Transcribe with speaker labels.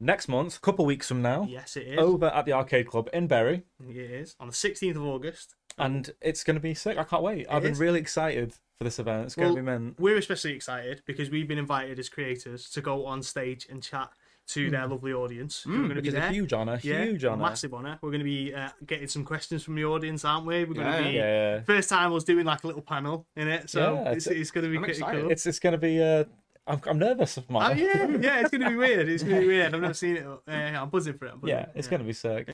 Speaker 1: next month, a couple weeks from now,
Speaker 2: Yes, it is.
Speaker 1: over at the Arcade Club in Bury,
Speaker 2: It is. On the 16th of August.
Speaker 1: and it's going to be sick. I can't wait. I've been
Speaker 2: is.
Speaker 1: really excited for this event. It's going
Speaker 2: Well,
Speaker 1: to be meant.
Speaker 2: We're especially excited because we've been invited as creators to go on stage and chat to their lovely audience. who are gonna
Speaker 1: Which
Speaker 2: be
Speaker 1: is a
Speaker 2: there.
Speaker 1: huge honour,
Speaker 2: Yeah,
Speaker 1: huge
Speaker 2: a
Speaker 1: honour.
Speaker 2: massive honour. We're going to be uh, getting some questions from the audience, aren't we? We're going to
Speaker 3: Yeah.
Speaker 2: be
Speaker 1: Yeah.
Speaker 2: first time I was doing like a little panel in it, so
Speaker 1: Yeah,
Speaker 2: it's,
Speaker 1: it's-
Speaker 2: it's going to be
Speaker 3: I'm
Speaker 2: pretty
Speaker 3: excited.
Speaker 2: cool.
Speaker 1: It's it's going to be. Uh, I'm, I'm nervous, man.
Speaker 2: Oh yeah, yeah, it's going to be weird. It's going to be weird. I've never seen it. Uh, I'm buzzing for it. I'm buzzing.
Speaker 1: yeah, it's going to be sick.